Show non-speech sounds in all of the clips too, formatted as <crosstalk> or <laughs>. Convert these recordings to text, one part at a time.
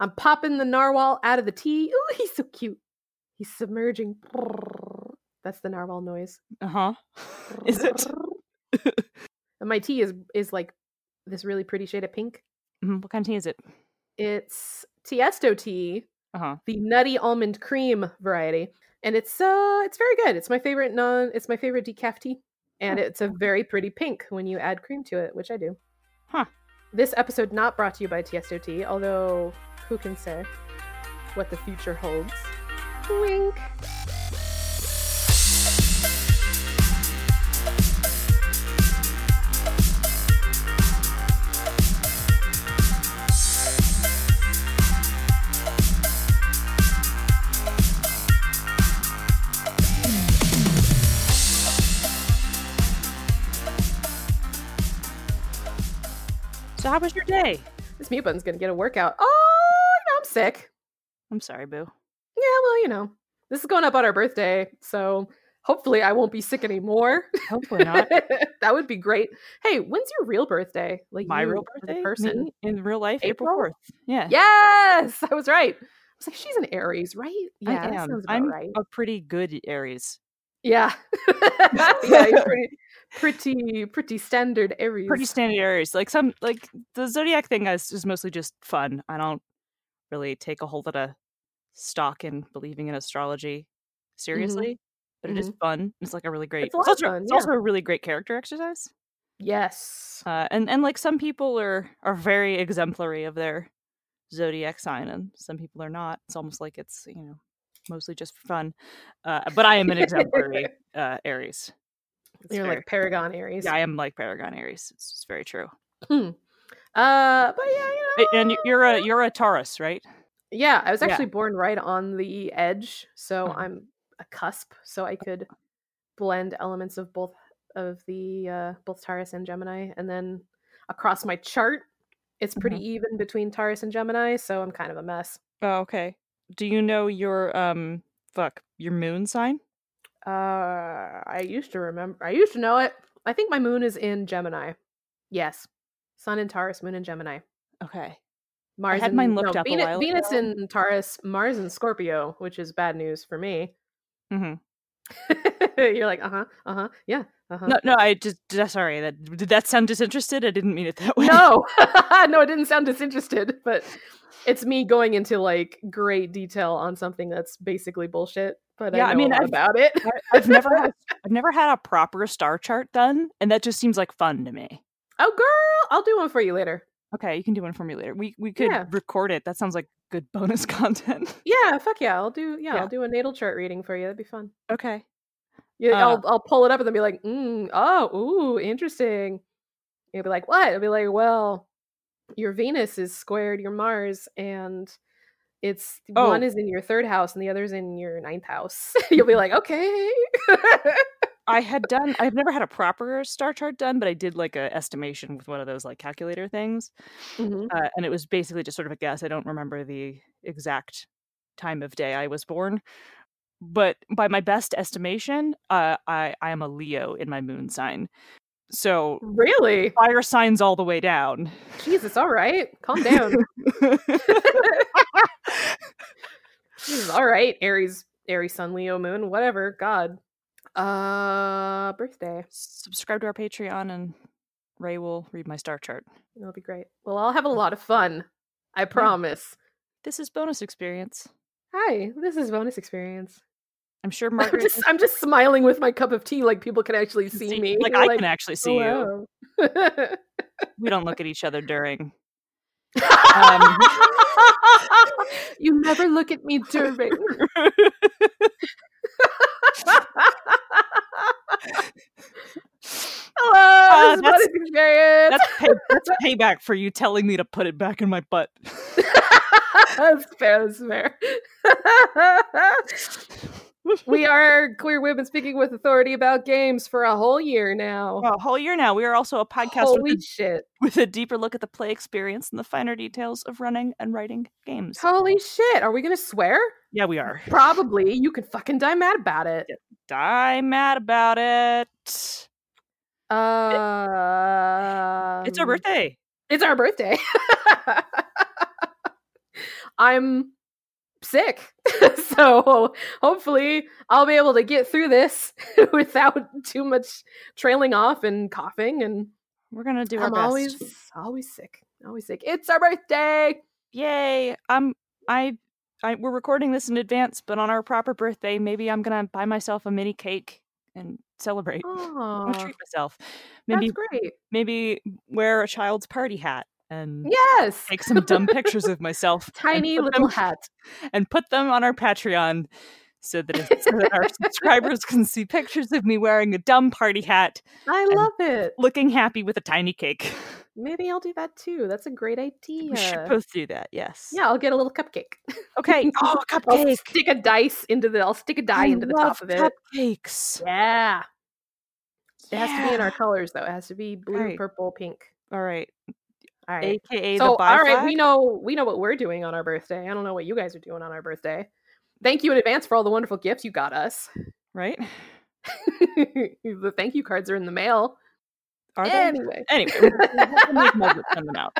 I'm popping the narwhal out of the tea. Ooh, he's so cute. He's submerging. <laughs> That's the narwhal noise. Uh huh. Is it? And my tea is is like this really pretty shade of pink. Mhm, What kind of tea is it? It's Tiesto tea, Uh huh. the nutty almond cream variety, and it's uh it's very good. It's my favorite non. It's my favorite decaf tea, and it's a very pretty pink when you add cream to it, which I do. Huh. This episode not brought to you by Tiesto tea, although who can say what the future holds? Wink. So, how was your day? This mute button's gonna get a workout. Oh, you know, I'm sick. I'm sorry, Boo. Yeah, well, you know, this is going up on our birthday, so hopefully I won't be sick anymore. <laughs> <laughs> Hopefully not. that would be great. Hey, when's your real birthday? Like My you real as a birthday? person. Me? in real life, April April? fourth. Yeah. Yes, I was right. I was like, she's an Aries, right? I Yeah, that am. sounds about I'm <laughs> right. a pretty good Aries. Yeah, <laughs> yeah, you're pretty, pretty, pretty standard Aries. Pretty standard Aries. Like some like the zodiac thing is, is mostly just fun. I don't really take a whole lot of stock in believing in astrology seriously, but it is fun. Mm-hmm. It's like a really great. It's a lot of also, fun, it's yeah. also a really great character exercise. yes. Uh, and and like some people are are very exemplary of their zodiac sign, and some people are not. It's almost like it's you know mostly just for fun. Uh, but I am an <laughs> exemplary uh, Aries. It's You're very- like Paragon Aries. yeah, I am like Paragon Aries. It's, it's very true. Uh, but yeah, you know. A- And y- you're a you're a Taurus, right? Yeah, I was Yeah. actually born right on the edge, so Mhm. I'm a cusp, so I could blend elements of both of the uh, both Taurus and Gemini, and then across my chart, it's pretty Mm-hmm. even between Taurus and Gemini, so I'm kind of a mess. Oh, okay. Do you know your um fuck your moon sign? Uh, I used to remember, I used to know it. I think my moon is in Gemini. Yes, Sun in Taurus, Moon in Gemini. Okay. Mars had in- mine looked no, up a Venus, while Venus ago. in Taurus, Mars in Scorpio, which is bad news for me. hmm <laughs> You're like, uh huh, uh huh, yeah, uh <laughs> huh. No, no. I just d- sorry. That did that sound disinterested? I didn't mean it that way. No, <laughs> no, it didn't sound disinterested, but it's me going into like great detail on something that's basically bullshit. But Yeah, I, I mean mean, I've- about it. I- I've never had I've never had a proper star chart done, and that just seems like fun to me. <laughs> oh, girl, I'll do one for you later. Okay, you can do one for me later. We we could Yeah. record it. That sounds like good bonus <laughs> content. Yeah, fuck yeah, I'll do. Yeah, Yeah. I'll do a natal chart reading for you. That'd be fun. Okay. Yeah, Uh, I'll I'll pull it up and then be like, mm, oh, ooh, interesting. You'll be like, what? I'll be like, well, your Venus is squared your Mars, and it's one Oh. is in your third house and the other's in your ninth house. <laughs> You'll be like, okay. <laughs> I had done I've never had a proper star chart done, but I did like a estimation with one of those like calculator things. Mhm. Uh, and it was basically just sort of a guess. I don't remember the exact time of day I was born. But by my best estimation, uh, I, I am a Leo in my moon sign. So Really? fire signs all the way down. <laughs> Jesus, all right. Calm down. Jesus, all right. Aries, Aries, Sun, Leo, Moon, whatever. God. Uh, birthday. subscribe to our Patreon and Ray will read my star chart. That'll be great. Well, I'll have a lot of fun. I promise. This is bonus experience. Hi, this is bonus experience. I'm sure I'm Margaret <laughs> just, I'm just smiling with my cup of tea, like people can actually can see, see- me. Like You're I can actually see you. "Hello." <laughs> We don't look at each other during. Um, <laughs> you never look at me <laughs> during. <laughs> Hello, this Uh, is that's- bonus experience. That's, <laughs> pay- that's payback for you telling me to put it back in my butt. <laughs> that's fair. That's fair. <laughs> we are queer women speaking with authority about games for a whole year now. Well, a whole year now. We are also a podcast with Holy a, shit! with a deeper look at the play experience and the finer details of running and writing games. Holy shit! Are we gonna swear? Yeah, we are. <laughs> Probably. You can fucking die mad about it. Die mad about it. Uh, Um, it's our birthday. It's our birthday. <laughs> I'm sick. <laughs> so hopefully I'll be able to get through this <laughs> without too much trailing off and coughing and We're gonna do our I'm best. always always sick. Always sick. It's our birthday. Yay! I'm I, I we're recording this in advance, but on our proper birthday, maybe I'm gonna buy myself a mini cake and celebrate. Oh, I'll treat myself. Maybe that's great. maybe wear a child's party hat and Yes. um, take some dumb pictures of myself. and Tiny put little them, hat. and put them on our Patreon so that, if, so that our subscribers can see pictures of me wearing a dumb party hat, I love it. looking happy with a tiny cake. <laughs> Maybe I'll do that too. That's a great idea. We should both do that. Yes. Yeah, I'll get a little cupcake. <laughs> Okay. Oh, a I'll cupcake. stick a dice into the. I'll stick a die I into the top love of it. Cupcakes. Yeah. It has to be in our Yeah. colors though. It has to be blue, Right. purple, pink. All right. All right. AKA so the bi all right, flag. we know we know what we're doing on our birthday. I don't know what you guys are doing on our birthday. Thank you in advance for all the wonderful gifts you got us. <laughs> right? the thank you cards are in the mail. Are they? Anyway. Anyway, we'll- we'll make Mugwort send <laughs> them out.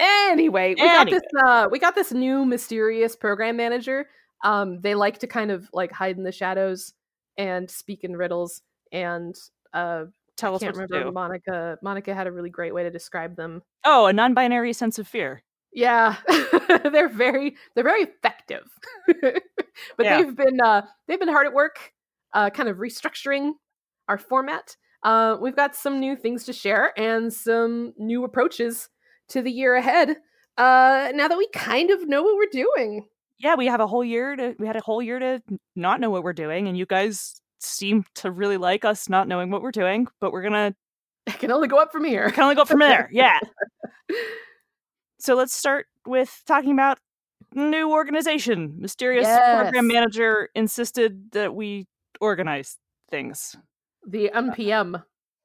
Anyway, we got Anyway. this. Uh, we got this new mysterious program manager. Um, they like to kind of like hide in the shadows and speak in riddles. And uh, Tell I us can't what to remember. do. Monica. Monica had a really great way to describe them. Oh, a non-binary sense of fear. Yeah, <laughs> they're very they're very effective. <laughs> but Yeah. they've been uh, they've been hard at work, uh, kind of restructuring our format. Uh, we've got some new things to share and some new approaches to the year ahead. Uh, now that we kind of know what we're doing, <laughs> Yeah, we have a whole year to. We had a whole year to n- not know what we're doing, and you guys seem to really like us not knowing what we're doing. But we're gonna it can only go up from here. kind of go from <laughs> there. Yeah. So let's start with talking about new organization. Mysterious program Yes. manager insisted that we organize things. The MPM.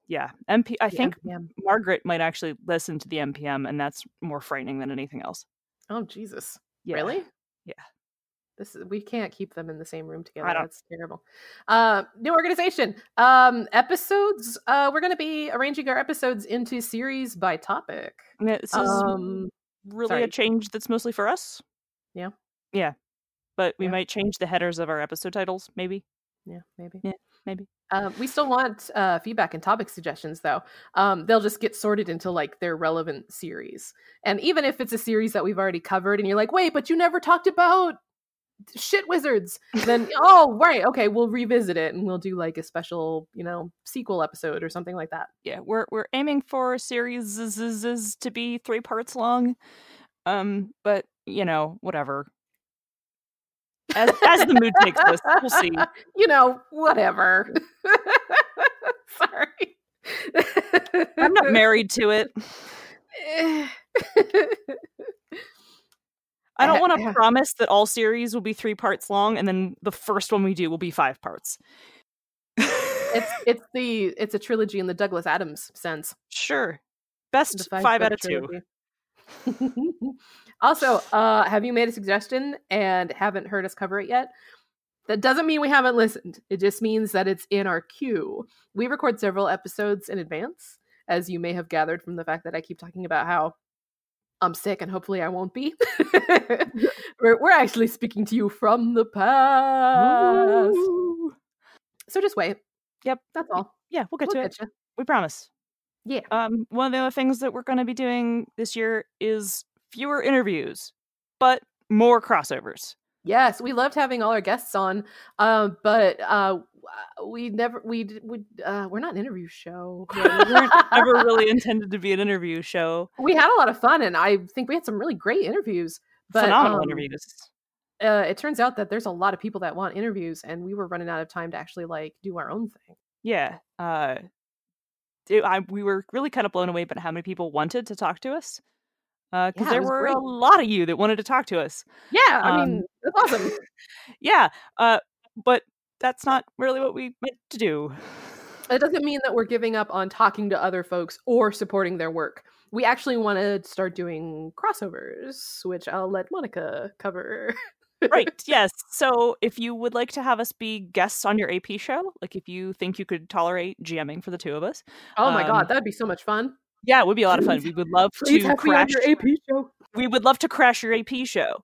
Yeah, MP. Uh-huh. I The think MPM. Margaret might actually listen to the MPM, and that's more frightening than anything else. Oh Jesus! Yeah. Really? Yeah. This is we can't keep them in the same room together. don't- That's terrible. Uh, new organization. Um, episodes. Uh, we're going to be arranging our episodes into series by topic. Yeah, This is Um, really a sorry. change that's mostly for us. Yeah. Yeah. But we Yeah. might change the headers of our episode titles, maybe. yeah, maybe. Yeah, maybe. Uh, we still want uh, feedback and topic suggestions, though. Um, they'll just get sorted into like their relevant series. And even if it's a series that we've already covered, and you're like, wait, but you never talked about shit wizards, <laughs> then oh right, okay, we'll revisit it and we'll do like a special, you know, sequel episode or something like that. Yeah, we're we're aiming for series to be three parts long. Um, but you know, whatever. As, as the mood takes us, we'll see. you know, whatever. <laughs> Sorry. <laughs> I'm not married to it. I <laughs> don't want to promise that all series will be three parts long, and then the first one we do will be five parts. <laughs> it's it's the it's a trilogy in the Douglas Adams sense. sure, best The five, book out of two. trilogy. <laughs> also, uh, have you made a suggestion and haven't heard us cover it yet? That doesn't mean we haven't listened. It just means that it's in our queue. We record several episodes in advance, as you may have gathered from the fact that I keep talking about how I'm sick and hopefully I won't <laughs> be. <laughs> we're, we're actually speaking to you from the past. Ooh. So just wait. Yep. That's all. Yeah, we'll get We'll to it. get you. We promise. Yeah. Um, one of the other things that we're going to be doing this year is fewer interviews, but more crossovers. Yes, we loved having all our guests on, uh, but uh, we never we d- would uh, we're not an interview show. Yeah, we <laughs> weren't Never really intended to be an interview show. <laughs> we had a lot of fun, and I think we had some really great interviews. But Phenomenal um, interviews. Uh, it turns out that there's a lot of people that want interviews, and we were running out of time to actually like do our own thing. Yeah. Uh, it- I, we were really kind of blown away by how many people wanted to talk to us. Because Yeah, it there was were a great. lot of you that wanted to talk to us. Yeah, I Um, mean that's awesome. Yeah. Uh, but that's not really what we meant to do. It doesn't mean that we're giving up on talking to other folks or supporting their work. We actually want to start doing crossovers, which I'll let Monica cover. <laughs> right yes so if you would like to have us be guests on your ap show like if you think you could tolerate gming for the two of us Oh my Um, god, that'd be so much fun. yeah it would be a lot of fun we would love to crash AP show. we would love to crash your AP show.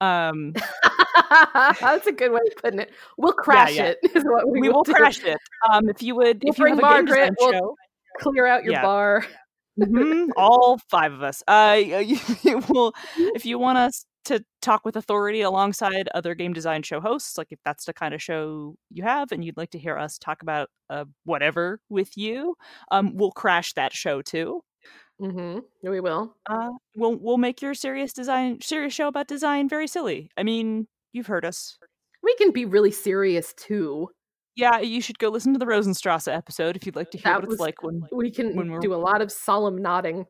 Um, <laughs> That's a good way of putting it. We'll crash yeah. it. <laughs> Is what <laughs> we, we will do. crash it. Um, if you would, We'll if you bring have a game Margaret, design we'll- show, Clear out your Yeah. bar. Mhm, all five of us. Uh, <laughs> you, you will, Mm-hmm. if you want us to talk with authority alongside other game design show hosts, like if that's the kind of show you have and you'd like to hear us talk about uh, whatever with you, um, we'll crash that show too. <laughs> Mm-hmm. We will. Uh, we'll we'll make your serious design serious show about design very silly. I mean, you've heard us. We can be really serious too. Yeah, you should go listen to the Rosenstrasse episode if you'd like to hear That what it's was- like when We can When we're- do a lot of solemn nodding.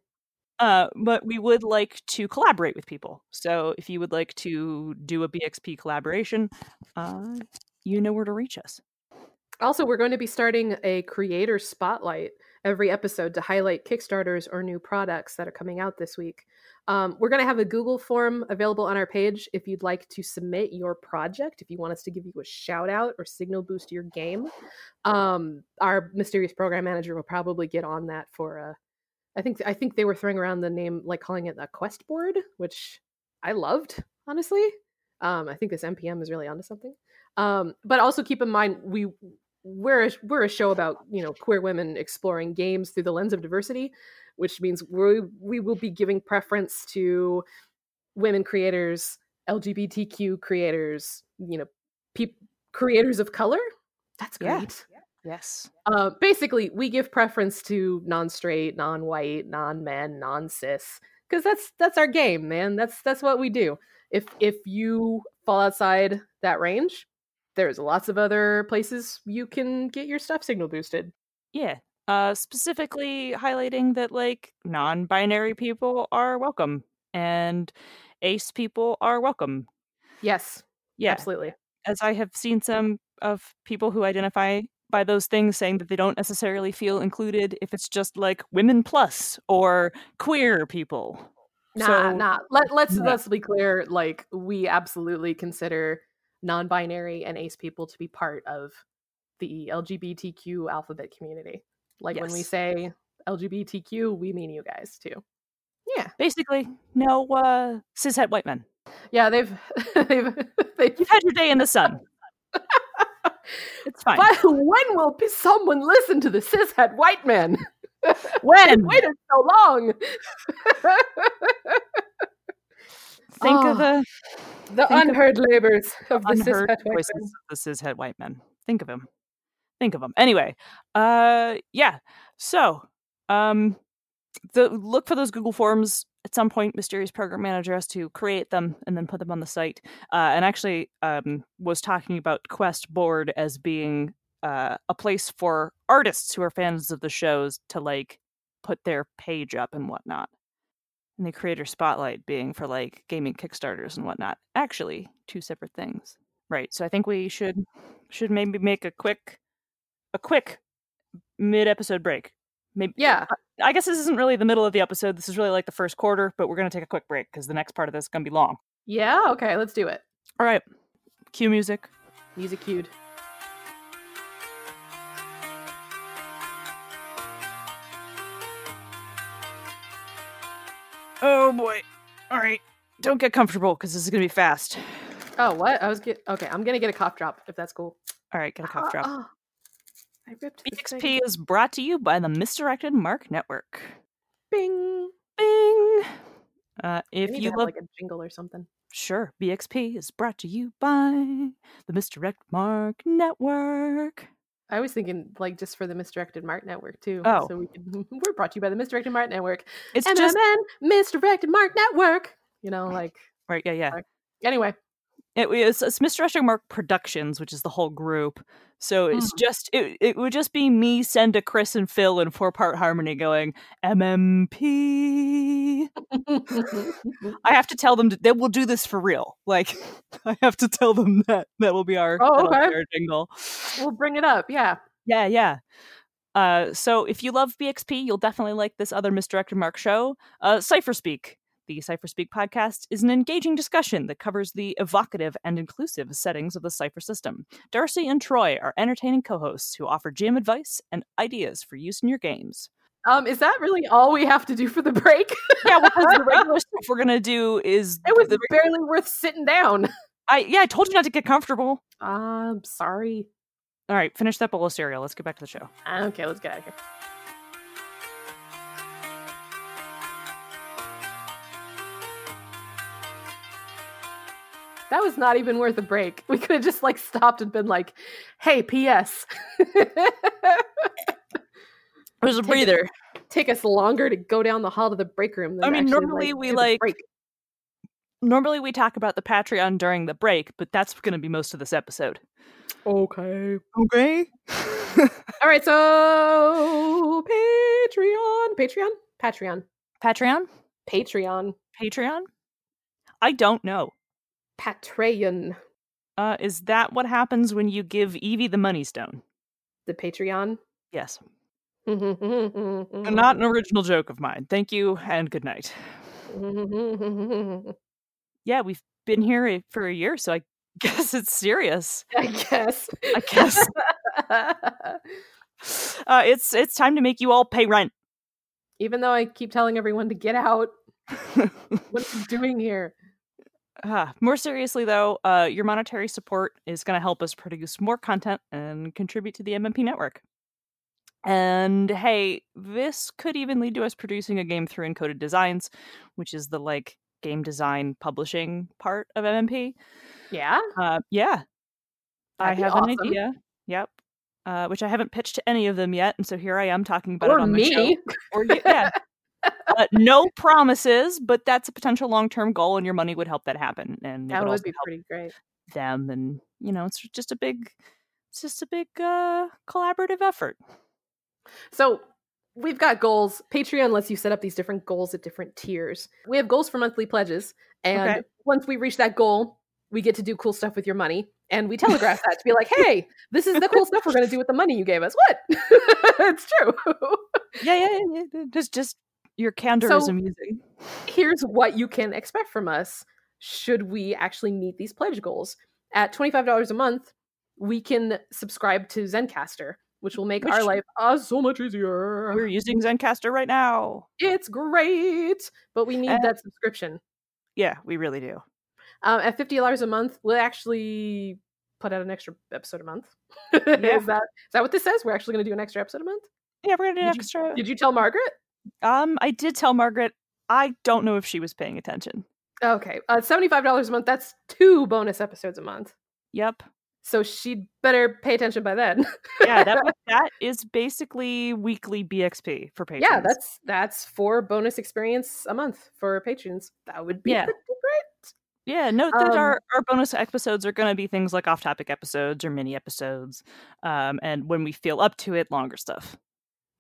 Uh, but we would like to collaborate with people. So if you would like to do a BXP collaboration, uh, you know where to reach us. Also, we're going to be starting a creator spotlight every episode to highlight Kickstarters or new products that are coming out this week. Um, we're going to have a Google form available on our page if you'd like to submit your project, if you want us to give you a shout out or signal boost to your game. Um, our mysterious program manager will probably get on that for a. I think I think they were throwing around the name like calling it a quest board, which I loved honestly. Um, I think this NPM is really onto something. Um, but also keep in mind we we're a, we're a show about you know queer women exploring games through the lens of diversity, which means we we will be giving preference to women creators, LGBTQ creators, you know, peop creators of color. That's Yeah. great. Yes. Uh, basically, we give preference to non-straight, non-white, non-men, non-cis, because that's that's our game, man. That's that's what we do. If if you fall outside that range, there's lots of other places you can get your stuff signal boosted. Yeah. Uh, specifically highlighting that like non-binary people are welcome and ace people are welcome. Yes, Yeah. absolutely. As I have seen some of people who identify by those things saying that they don't necessarily feel included if it's just like women plus or queer people. Nah, So- nah. Let, let's Yeah. let's be clear. Like we absolutely consider non-binary and ace people to be part of the LGBTQ alphabet community. Like when we Yes. say LGBTQ, we mean you guys too. Yeah, basically no uh cishet white men yeah. They've <laughs> they've they've. <laughs> you've had your day in the sun it's fine But when will p- someone listen to the cishet white man? <laughs> when Waited so long. <laughs> think Oh, of The the Think of unheard labors of Oh, the cishet unheard white voices man. of the cishet white men think of him think of him anyway uh yeah so um the look for those google forms at some point mysterious program manager has to create them and then put them on the site uh, and actually um, was talking about quest board as being uh, a place for artists who are fans of the shows to like put their page up and whatnot and the creator spotlight being for like gaming kickstarters and whatnot actually two separate things right so i think we should should maybe make a quick a quick mid episode break maybe Yeah, I guess this isn't really the middle of the episode. This is really like the first quarter, but we're going to take a quick break because the next part of this is going to be long. yeah. Okay, let's do it. All right. Cue music. Music cued. Oh, boy. All right. Don't get comfortable because this is going to be fast. Oh, what? I was get okay. I'm gonna get a cough drop if that's cool. All right. Get a Ah, cough drop. ah. I ripped the BXP thing. is brought to you by the Misdirected Mark Network. Bing. Bing. Uh, If if need you to have, love, like a jingle or something, sure, BXP is brought to you by the Misdirect Mark Network. I was thinking like just for the misdirected Mart Network too. Oh. so we could, <laughs> we're brought to you by the misdirected Mart Network. It's MMN just misdirected Mart Network. You know, like right. Yeah, yeah. anyway. <laughs> <laughs> It was it's Mr. Rushing Mark Productions, which is the whole group. So it's Mm-hmm. just it, it would just be me, Senda, Chris, and Phil in four part harmony going MMP. I have to tell them to, that we'll do this for real. Like <laughs> I have to tell them that that will be our, Oh, that'll be okay. our jingle. we'll bring it up. Yeah. Yeah, yeah. Uh, so if you love BXP, you'll definitely like this other Misdirected Mark show, uh, Cypher Speak. The Cypher Speak podcast is an engaging discussion that covers the evocative and inclusive settings of the Cypher system. Darcy and Troy are entertaining co hosts who offer GM advice and ideas for use in your games. Um, is that really all we have to do for the break? <laughs> yeah, because the regular stuff we're gonna do is It was the, barely worth sitting down. I yeah, I told you not to get comfortable. Um, I'm sorry. All right, finish that bowl of cereal. Let's get back to the show. Okay, let's get out of here. That was not even worth a break. <laughs> We could have just like stopped and been like, "Hey, P.S." It was a Take it. breather. <laughs> Take us longer to go down the hall to the break room. Than I to mean, actually, normally we, do the like- break. Normally we talk about the Patreon during the break, but that's gonna be most of this episode. Okay. Okay. <laughs> All right. So Patreon, Patreon, Patreon, Patreon? Patreon, Patreon? I don't know. Patreon, Uh, is that what happens when you give Evie the money stone? the Patreon. <laughs> Yes. Not Not an original joke of mine. Thank you and good night. <laughs> I Yeah, we've been here a- for a year, so I <laughs> guess it's serious. <laughs> guess. I guess <laughs> uh, it's it's time to make you all pay rent. <laughs> <laughs> Even though I keep telling everyone to get out, what are you doing here? Ah, more seriously, though, uh, your monetary support is going to help us produce more content and contribute to the MMP network. And hey, this could even lead to us producing a game through Encoded Designs, which is the like game design publishing part of MMP. Yeah. Uh, yeah, I That'd be have an awesome. idea. Yep. Uh, which I haven't pitched to any of them yet, and so here I am talking about it Or on <laughs> the show me. or you, yeah. Uh, no promises, but that's a potential long-term goal, and your money would help that happen. And it That would also be help pretty great. them, and you know, it's just a big, it's just a big uh, collaborative effort. So we've got goals. Patreon lets you set up these different goals at different tiers. We have goals for monthly pledges, and Okay. once we reach that goal, we get to do cool stuff with your money. And we telegraph that to be like, "Hey, this is the cool stuff we're going to do with the money you gave us." What? <laughs> it's true. <laughs> Yeah, yeah, yeah, yeah, yeah. Just, just your candor is So- Oh. amusing. here's what you can expect from us should we actually meet these pledge goals. At $25 a month, we can subscribe to Zencaster, which will make our Which- life uh, so much easier. We're using Zencaster right now. It's great, but we need Uh, that subscription. Yeah, we really do. Um, at $50 a month, we'll actually put out an extra episode a month. <laughs> Yeah. is, that, is that what this says? We're actually going to do an extra episode a month? Yeah, we're gonna do an Did you- extra. Did you tell Margaret? um, I did tell Margaret. I don't know if she was paying attention. Okay. Uh, $75 a month, that's two bonus episodes a month. <laughs> Yep. So she'd better pay attention by then. Yeah, that was- that is basically weekly BXP for patrons. yeah that's that's four bonus experience a month for patrons that would be Yeah. pretty great Yeah, note that Um, our, our bonus episodes are going to be things like off topic episodes or mini episodes. Um, and when we feel up to it, longer stuff.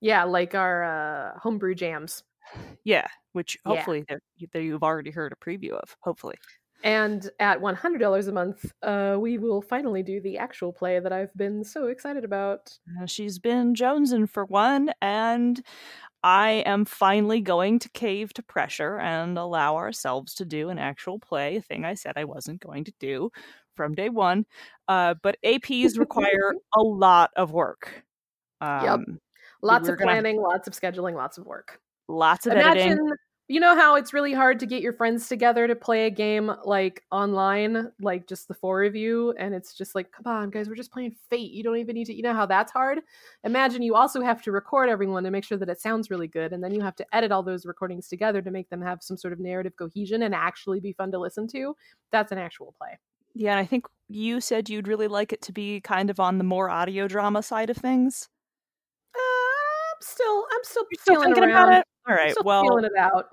yeah like our uh homebrew jams Yeah, which Yeah. hopefully they're that you've already heard a preview of. Hopefully. and at $100 a month uh we will finally do the actual play that i've been so excited about Uh, she's been Jonesing for one, and I am finally going to cave to pressure and allow ourselves to do an actual play, a thing I said I wasn't going to do from day one. Uh, but APs <laughs> require a lot of work. Yep. Um, lots we're of gonna- planning lots of scheduling lots of work Lots of editing. imagine you know how it's really hard to get your friends together to play a game like online like just the four of you and it's just like come on guys we're just playing fate you don't even need to you know how that's hard imagine you also have to record everyone to make sure that it sounds really good and then you have to edit all those recordings together to make them have some sort of narrative cohesion and actually be fun to listen to that's an actual play Yeah, and I think you said you'd really like it to be kind of on the more audio drama side of things. uh, i'm still i'm still, You're still feeling thinking around. about it? All I'm right. still Well, feeling it out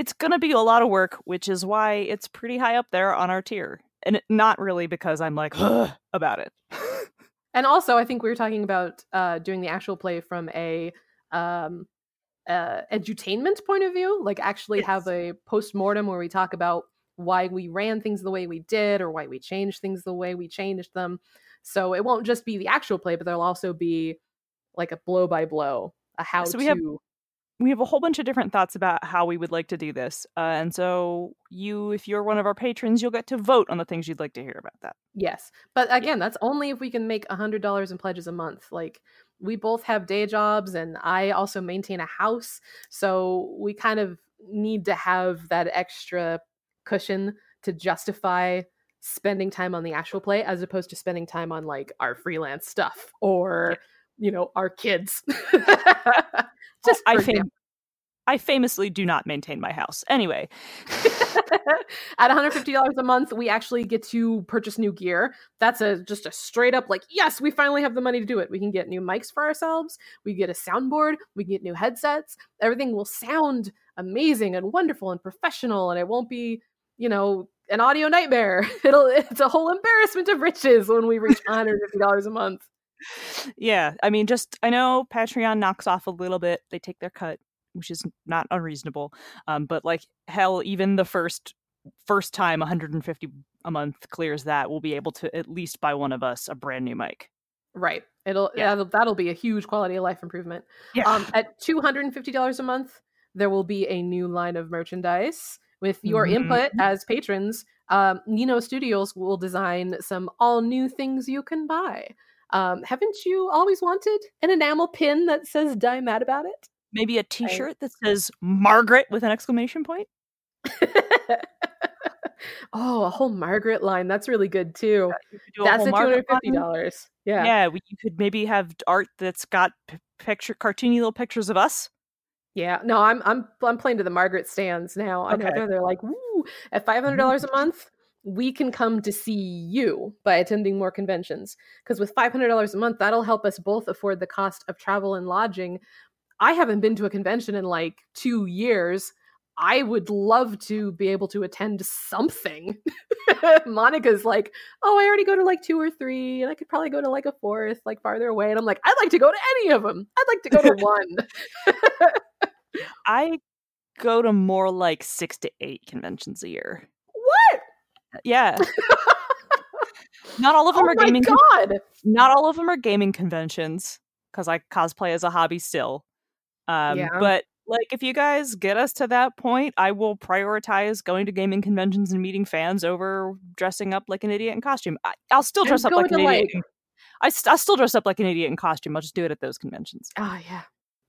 it's going to be a lot of work, which is why it's pretty high up there on our tier. And it, not really because I'm like "Ugh," about it. <laughs> And also, I think we were talking about uh, doing the actual play from a um, uh, edutainment point of view, like actually have a post mortem where we talk about why we ran things the way we did or why we changed things the way we changed them. So it won't just be the actual play, but there'll also be like a blow by blow, a how So to. we have- we have a whole bunch of different thoughts about how we would like to do this. Uh, and so you if you're one of our patrons, you'll get to vote on the things you'd like to hear about that. Yes. But again, that's only if we can make $100 in pledges a month. Like we both have day jobs and I also maintain a house. So we kind of need to have that extra cushion to justify spending time on the actual play as opposed to spending time on like our freelance stuff or you know our kids <laughs> just i fam- I famously do not maintain my house. Anyway, at $150 a month, we actually get to purchase new gear. That's a just a straight up like, yes, we finally have the money to do it. We can get new mics for ourselves. We get a soundboard. We get new headsets. Everything will sound amazing and wonderful and professional, and it won't be, you know, an audio nightmare. <laughs> It'll it's a whole embarrassment of riches when we reach $150 a month. Yeah, I mean, just I know Patreon knocks off a little bit. They take their cut, which is not unreasonable. Um, but like hell, even the first first time 150 a month clears that, we'll be able to at least buy one of us a brand new mic. Right. It'll Yeah. that'll, that'll be a huge quality of life improvement. Yeah. <laughs> Um, at $250 a month, there will be a new line of merchandise. With your Mhm. input as patrons, um, Nino Studios will design some all new things you can buy. Um, haven't you always wanted an enamel pin that says "Die Mad About It"? Maybe a T-shirt that says Margaret with an exclamation point. <laughs> oh, a whole Margaret line. That's really good too. You could do a Uh, That's whole at two hundred Margaret fifty line. dollars. Yeah, Yeah. we, you could maybe have art that's got p- picture cartoony little pictures of us. yeah. No, I'm I'm I'm playing to the Margaret stands now. I know Okay. they're, they're like, woo, at five hundred dollars a month, we can come to see you by attending more conventions. Because with five hundred dollars a month, that'll help us both afford the cost of travel and lodging. I haven't been to a convention in like two years. I would love to be able to attend something. <laughs> Monica's like, oh, I already go to like two or three, and I could probably go to like a fourth, like farther away. And I'm like, I'd like to go to any of them. I'd like to go to one. I go to more like six to eight conventions a year. what? Yeah. not all of them Oh are my gaming. con- god! not all of them are gaming conventions because I cosplay as a hobby still. Um, Yeah. But like, if you guys get us to that point, I will prioritize going to gaming conventions and meeting fans over dressing up like an idiot in costume. I, I'll still I'm dress up going like an to, idiot. like- in- I, st- I'll still dress up like an idiot in costume. I'll just do it at those conventions. Oh yeah.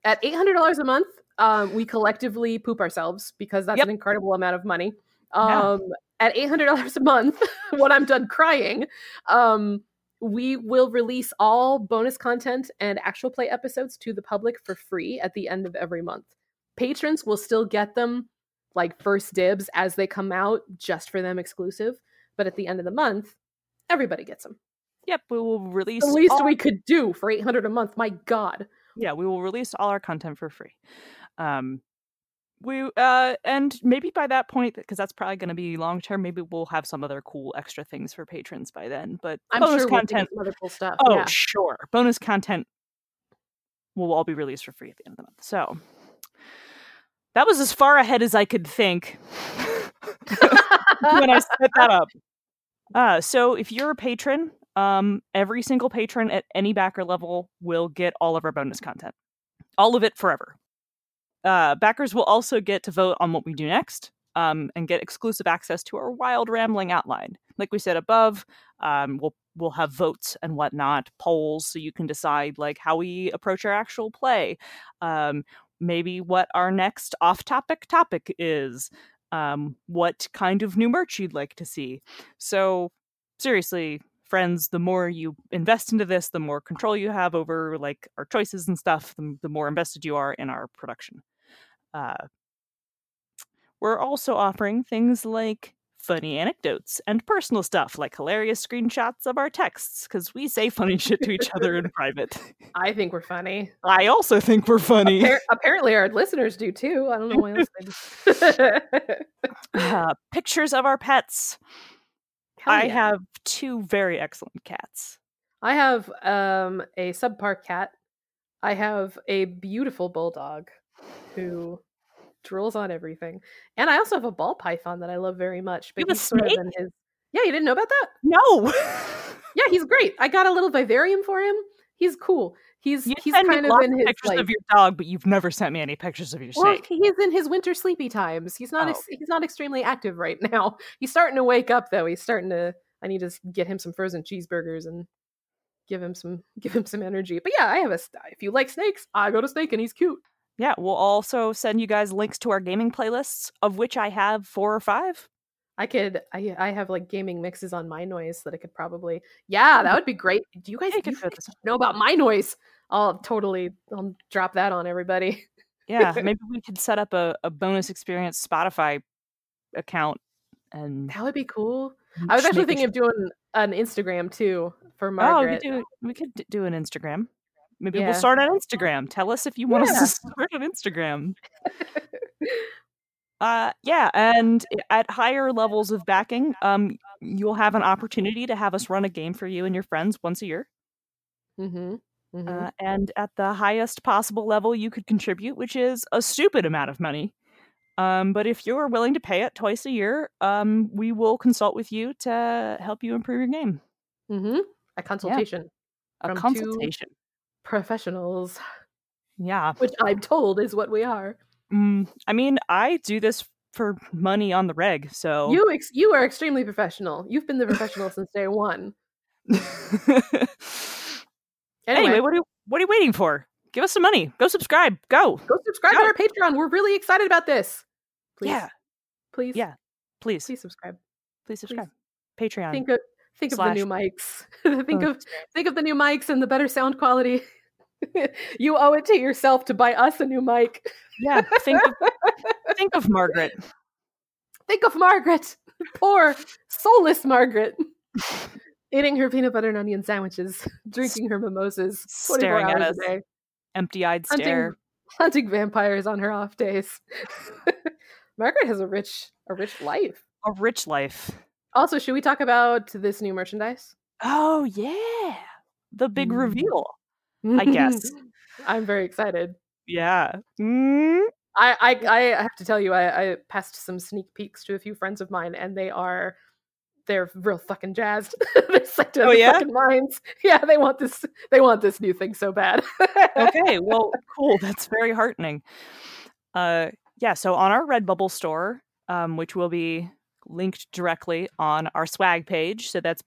At eight hundred dollars a month, um, we collectively poop ourselves because that's Yep. an incredible amount of money. Yeah. Um, At eight hundred dollars a month, <laughs> when I'm done crying, um, we will release all bonus content and actual play episodes to the public for free at the end of every month. Patrons will still get them like first dibs as they come out, just for them exclusive. But at the end of the month, everybody gets them. Yep, we will release. The least all- we could do for eight hundred a month. My God. yeah we will release all our content for free um we uh and maybe by that point because that's probably going to be long term maybe we'll have some other cool extra things for patrons by then but I'm bonus sure content we'll think of some other cool stuff. oh yeah. sure bonus content will all be released for free at the end of the month so that was as far ahead as i could think when I set that up. Uh, so if you're a patron, um, every single patron at any backer level will get all of our bonus content, all of it forever. Uh, backers will also get to vote on what we do next um, and get exclusive access to our wild rambling outline. Like we said above, um, we'll we'll have votes and whatnot, polls, so you can decide like how we approach our actual play, um, maybe what our next off-topic topic is, um, what kind of new merch you'd like to see. So, seriously, friends, the more you invest into this, the more control you have over like our choices and stuff. The, the more invested you are in our production. Uh, we're also offering things like funny anecdotes and personal stuff, like hilarious screenshots of our texts, because we <laughs> say funny shit to each other in private. I think we're <laughs> funny. I also think we're funny. Appar- apparently, our listeners do too. I don't know why <laughs> else they do. Uh, pictures of our pets. <laughs> Hell I yeah. have two very excellent cats. I have um, a subpar cat. I have a beautiful bulldog who drools on everything, and I also have a ball python that I love very much. But You have a he's sort of snake? in his. Yeah, you didn't know about that? <laughs> No. Yeah, he's great. I got a little vivarium for him. He's cool. He's You he's send me kind of lots in of his pictures like, of your dog, but you've never sent me any pictures of your Well, snake. he's in his winter sleepy times. He's not Oh, ex- he's not extremely active right <laughs> now. He's starting to wake up though. He's starting to. I need to s- get him some frozen cheeseburgers and give him some <laughs> give him some energy. But yeah, I have a st- if you like snakes, I go to Snake and he's cute. Yeah, we'll also send you guys links to our gaming playlists, of which I have four or five. I could I I have like gaming mixes on my noise that I could probably Yeah, that would be great. Do you guys, do I Mm. could you fit guys this. know about my noise? I'll totally I'll drop that on everybody. <laughs> Yeah, maybe we could set up a, a bonus experience Spotify account and That would be cool. I was actually thinking of doing an Instagram too for Oh, we Margaret. could do we could d- do an Instagram. Maybe Yeah. we'll start on Instagram. Tell us if you want us Yeah. to <laughs> start on Instagram. <laughs> uh, yeah, and i- at higher levels of backing, um, you'll have an opportunity to have us run a game for you and your friends once a year. Mhm. Mhm. Uh, and at the highest possible level you could contribute, which is a stupid amount of money. Um, but if you're willing to pay it twice a year, um, we will consult with you to help you improve your game. Mm-hmm. mhm. A consultation. A From two- consultation. Professionals, <laughs> Yeah. which I'm told is what we are. Mm, I mean, I do this for money on the reg, so <laughs> You ex- you are extremely professional. You've been the professional since day one. anyway, Anyway, what are you, what are you waiting for? Give us some money. Go subscribe. Go. go subscribe Go. to our Patreon. We're really excited about this. Please, Yeah. please, Yeah. Please, please, please subscribe. subscribe. Patreon. Think of think of the Slash. new mics. <laughs> think Oh, of think of the new mics and the better sound quality. <laughs> you owe it to yourself to buy us a new mic. yeah. Think of, think of Margaret. Think of Margaret, <laughs> poor soulless <laughs> Margaret, eating her peanut butter and onion sandwiches, <laughs> drinking her mimosas, twenty four Staring at hours us. a day. Empty-eyed Hunting- stare. hunting vampires on her off days. <laughs> Margaret has a rich a rich life. A rich life. Also, should we talk about this new merchandise? Oh yeah. The big Mm. reveal. I guess. <laughs> I'm very excited. Yeah. Mm. I, I I have to tell you, I, I passed some sneak peeks to a few friends of mine, and they are they're real fucking jazzed. <laughs> they're psyched out of Oh, their yeah? fucking minds. Yeah, they want this they want this new thing so bad. okay, <laughs> well, cool. That's very heartening. Uh, yeah, so on our Redbubble store, um, which will be linked directly on our swag page, so that's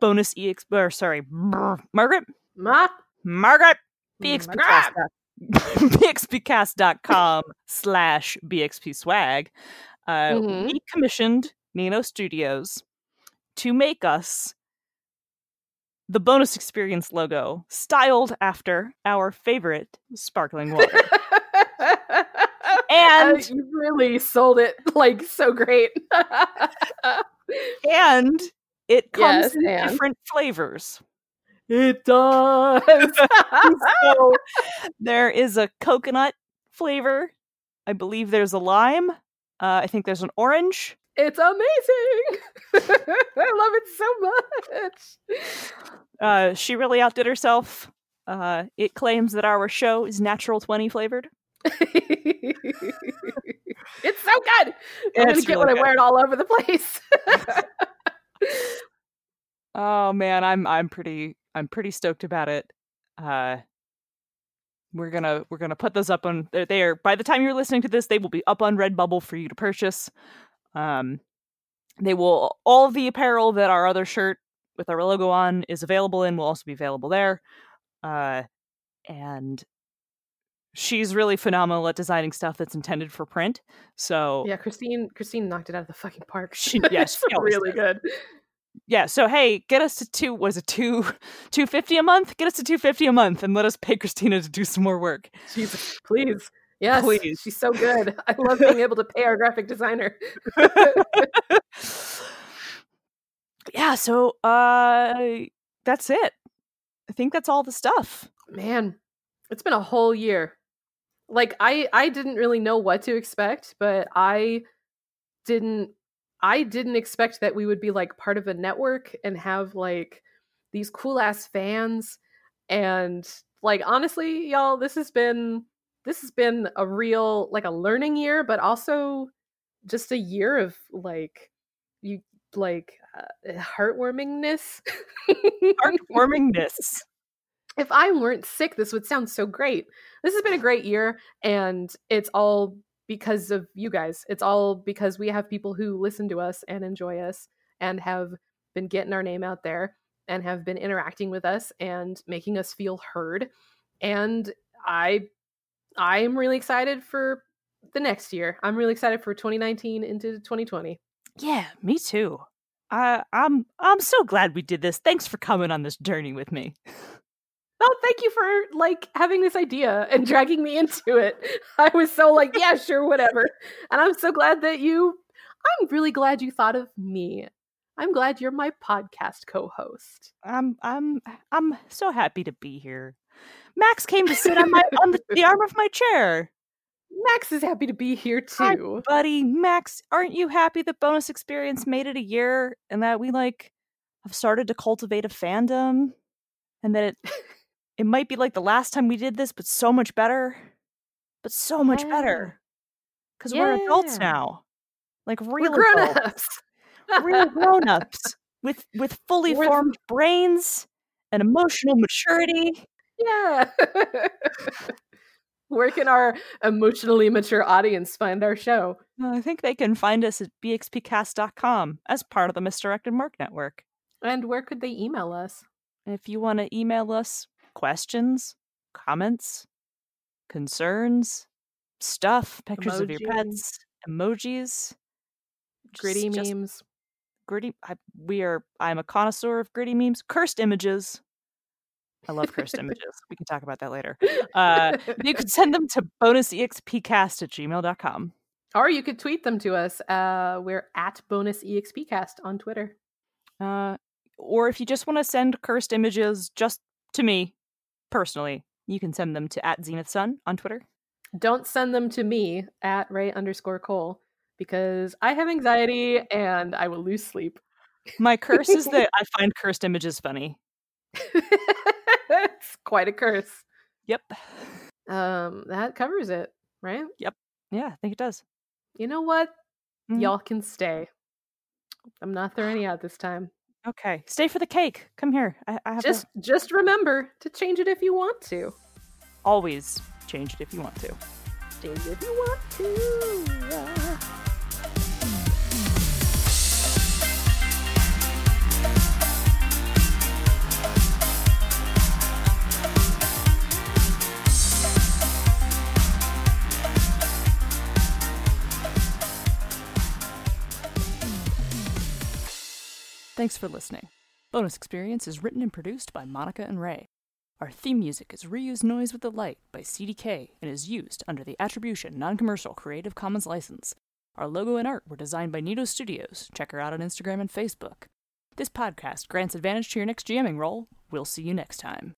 bonus ex. Or sorry, brr, Margaret, <laughs> Ma, mm, Margaret, Margaret! bxpcast. bxpcast.com slash bxp swag. Uh, Mhm. We commissioned Nino Studios to make us the bonus experience logo styled after our favorite sparkling water. <laughs> Uh, and you really sold it <laughs> like so great. <laughs> and it comes Oh, Yes, in and. different <laughs> flavors. It does. so there is a coconut flavor. I believe there's a lime. Uh, I think there's an orange. <laughs> it's amazing. <laughs> I love it so much. Uh, she really outdid herself. Uh, it claims that our show is natural 20 flavored. <laughs> it's so good. I'm gonna It's get really one and good. wear it all over the place. Oh man, I'm I'm pretty I'm pretty stoked about it. Uh we're gonna we're gonna put those up on they're there. By the time you're listening to this, they will be up on Redbubble for you to purchase. Um they will all the apparel that our other shirt with our logo on is available in will also be available there. Uh and she's really phenomenal at designing stuff that's intended for print. So yeah, Christine. Christine knocked it out of the fucking park. <laughs> Oh. She- yeah, It's she always really good. yeah so hey get us to two was it two <laughs> 250 a month get us to 250 a month and let us pay christina to do some more work <sighs> Jesus, please. Yes, Please. she's so good. I love being able to pay our graphic designer. yeah so uh that's it i think that's all the stuff man it's been a whole year like i i didn't really know what to expect but i didn't i didn't expect that we would be like part of a network and have like these cool ass fans and like honestly y'all this has been this has been a real like a learning year but also just a year of like you like uh, heartwarmingness <laughs> heartwarmingness if I weren't sick, this would sound so great. This has been a great year, and it's all because of you guys. It's all because we have people who listen to us and enjoy us and have been getting our name out there. and have been interacting with us and making us feel heard. And I I'm really excited for the next year. I'm really excited for 2019 into 2020. Yeah, me too. I I'm I'm so glad we did this. Thanks for coming on this journey with me. Oh, thank you for like having this idea and dragging me into it. <laughs> I was so like, yeah, sure, whatever. And I'm so glad that you I'm really glad you thought of me. I'm glad you're my podcast co-host. I'm I'm I'm so happy to be here. Max came to sit on my on the, the arm of my chair. Max is happy to be here Hi, too. buddy, Max, aren't you happy that bonus experience made it a year and that we like have started to cultivate a fandom and that it <laughs> it might be like the last time we did this but so much better. But so much Yeah. better. Cuz we're adults Yeah. now. Like We're real grown adults. ups. real grown-ups with with fully With- formed brains and emotional maturity. <laughs> yeah. <laughs> Where can our emotionally mature audience find our show? Uh, I think they can find us at bxpcast.com as part of the Misdirected Mark Network. And where could they email us? And if you want to email us questions, comments, concerns, stuff, pictures of your Emoji. pets, emojis, just- Gritty just memes. gritty. I, we are. I'm a connoisseur of gritty memes, cursed images. I love cursed images. We can talk about that later. Uh, <laughs> you can send them to bonusexpcast at gmail.com. or you could tweet them to us. Uh, we're at bonus expcast on Twitter. Uh, or if you just want to send cursed images just to me personally, you can send them to at Zenith Sun on Twitter. Don't send them to me at Ray underscore Cole because I have anxiety and I will lose sleep. <laughs> My curse is <laughs> that I find cursed images funny. it's quite a curse. Yep. Um, that covers it, right? Yeah, I think it does. You know what? Mhm. Y'all can stay. I'm not throwing you out this time. Okay. Stay for the cake. Come here. I, I have to Just just remember to change it if you want to. always change it if you want to. Change it if you want to. Yeah. Thanks for listening. Bonus Experience is written and produced by Monica and Ray. Our theme music is Reuse Noise with the Light by CDK and is used under the Attribution Non Commercial Creative Commons license. Our logo and art were designed by Nito Studios. Check her out on Instagram and Facebook. This podcast grants advantage to your next GMing role. We'll see you next time.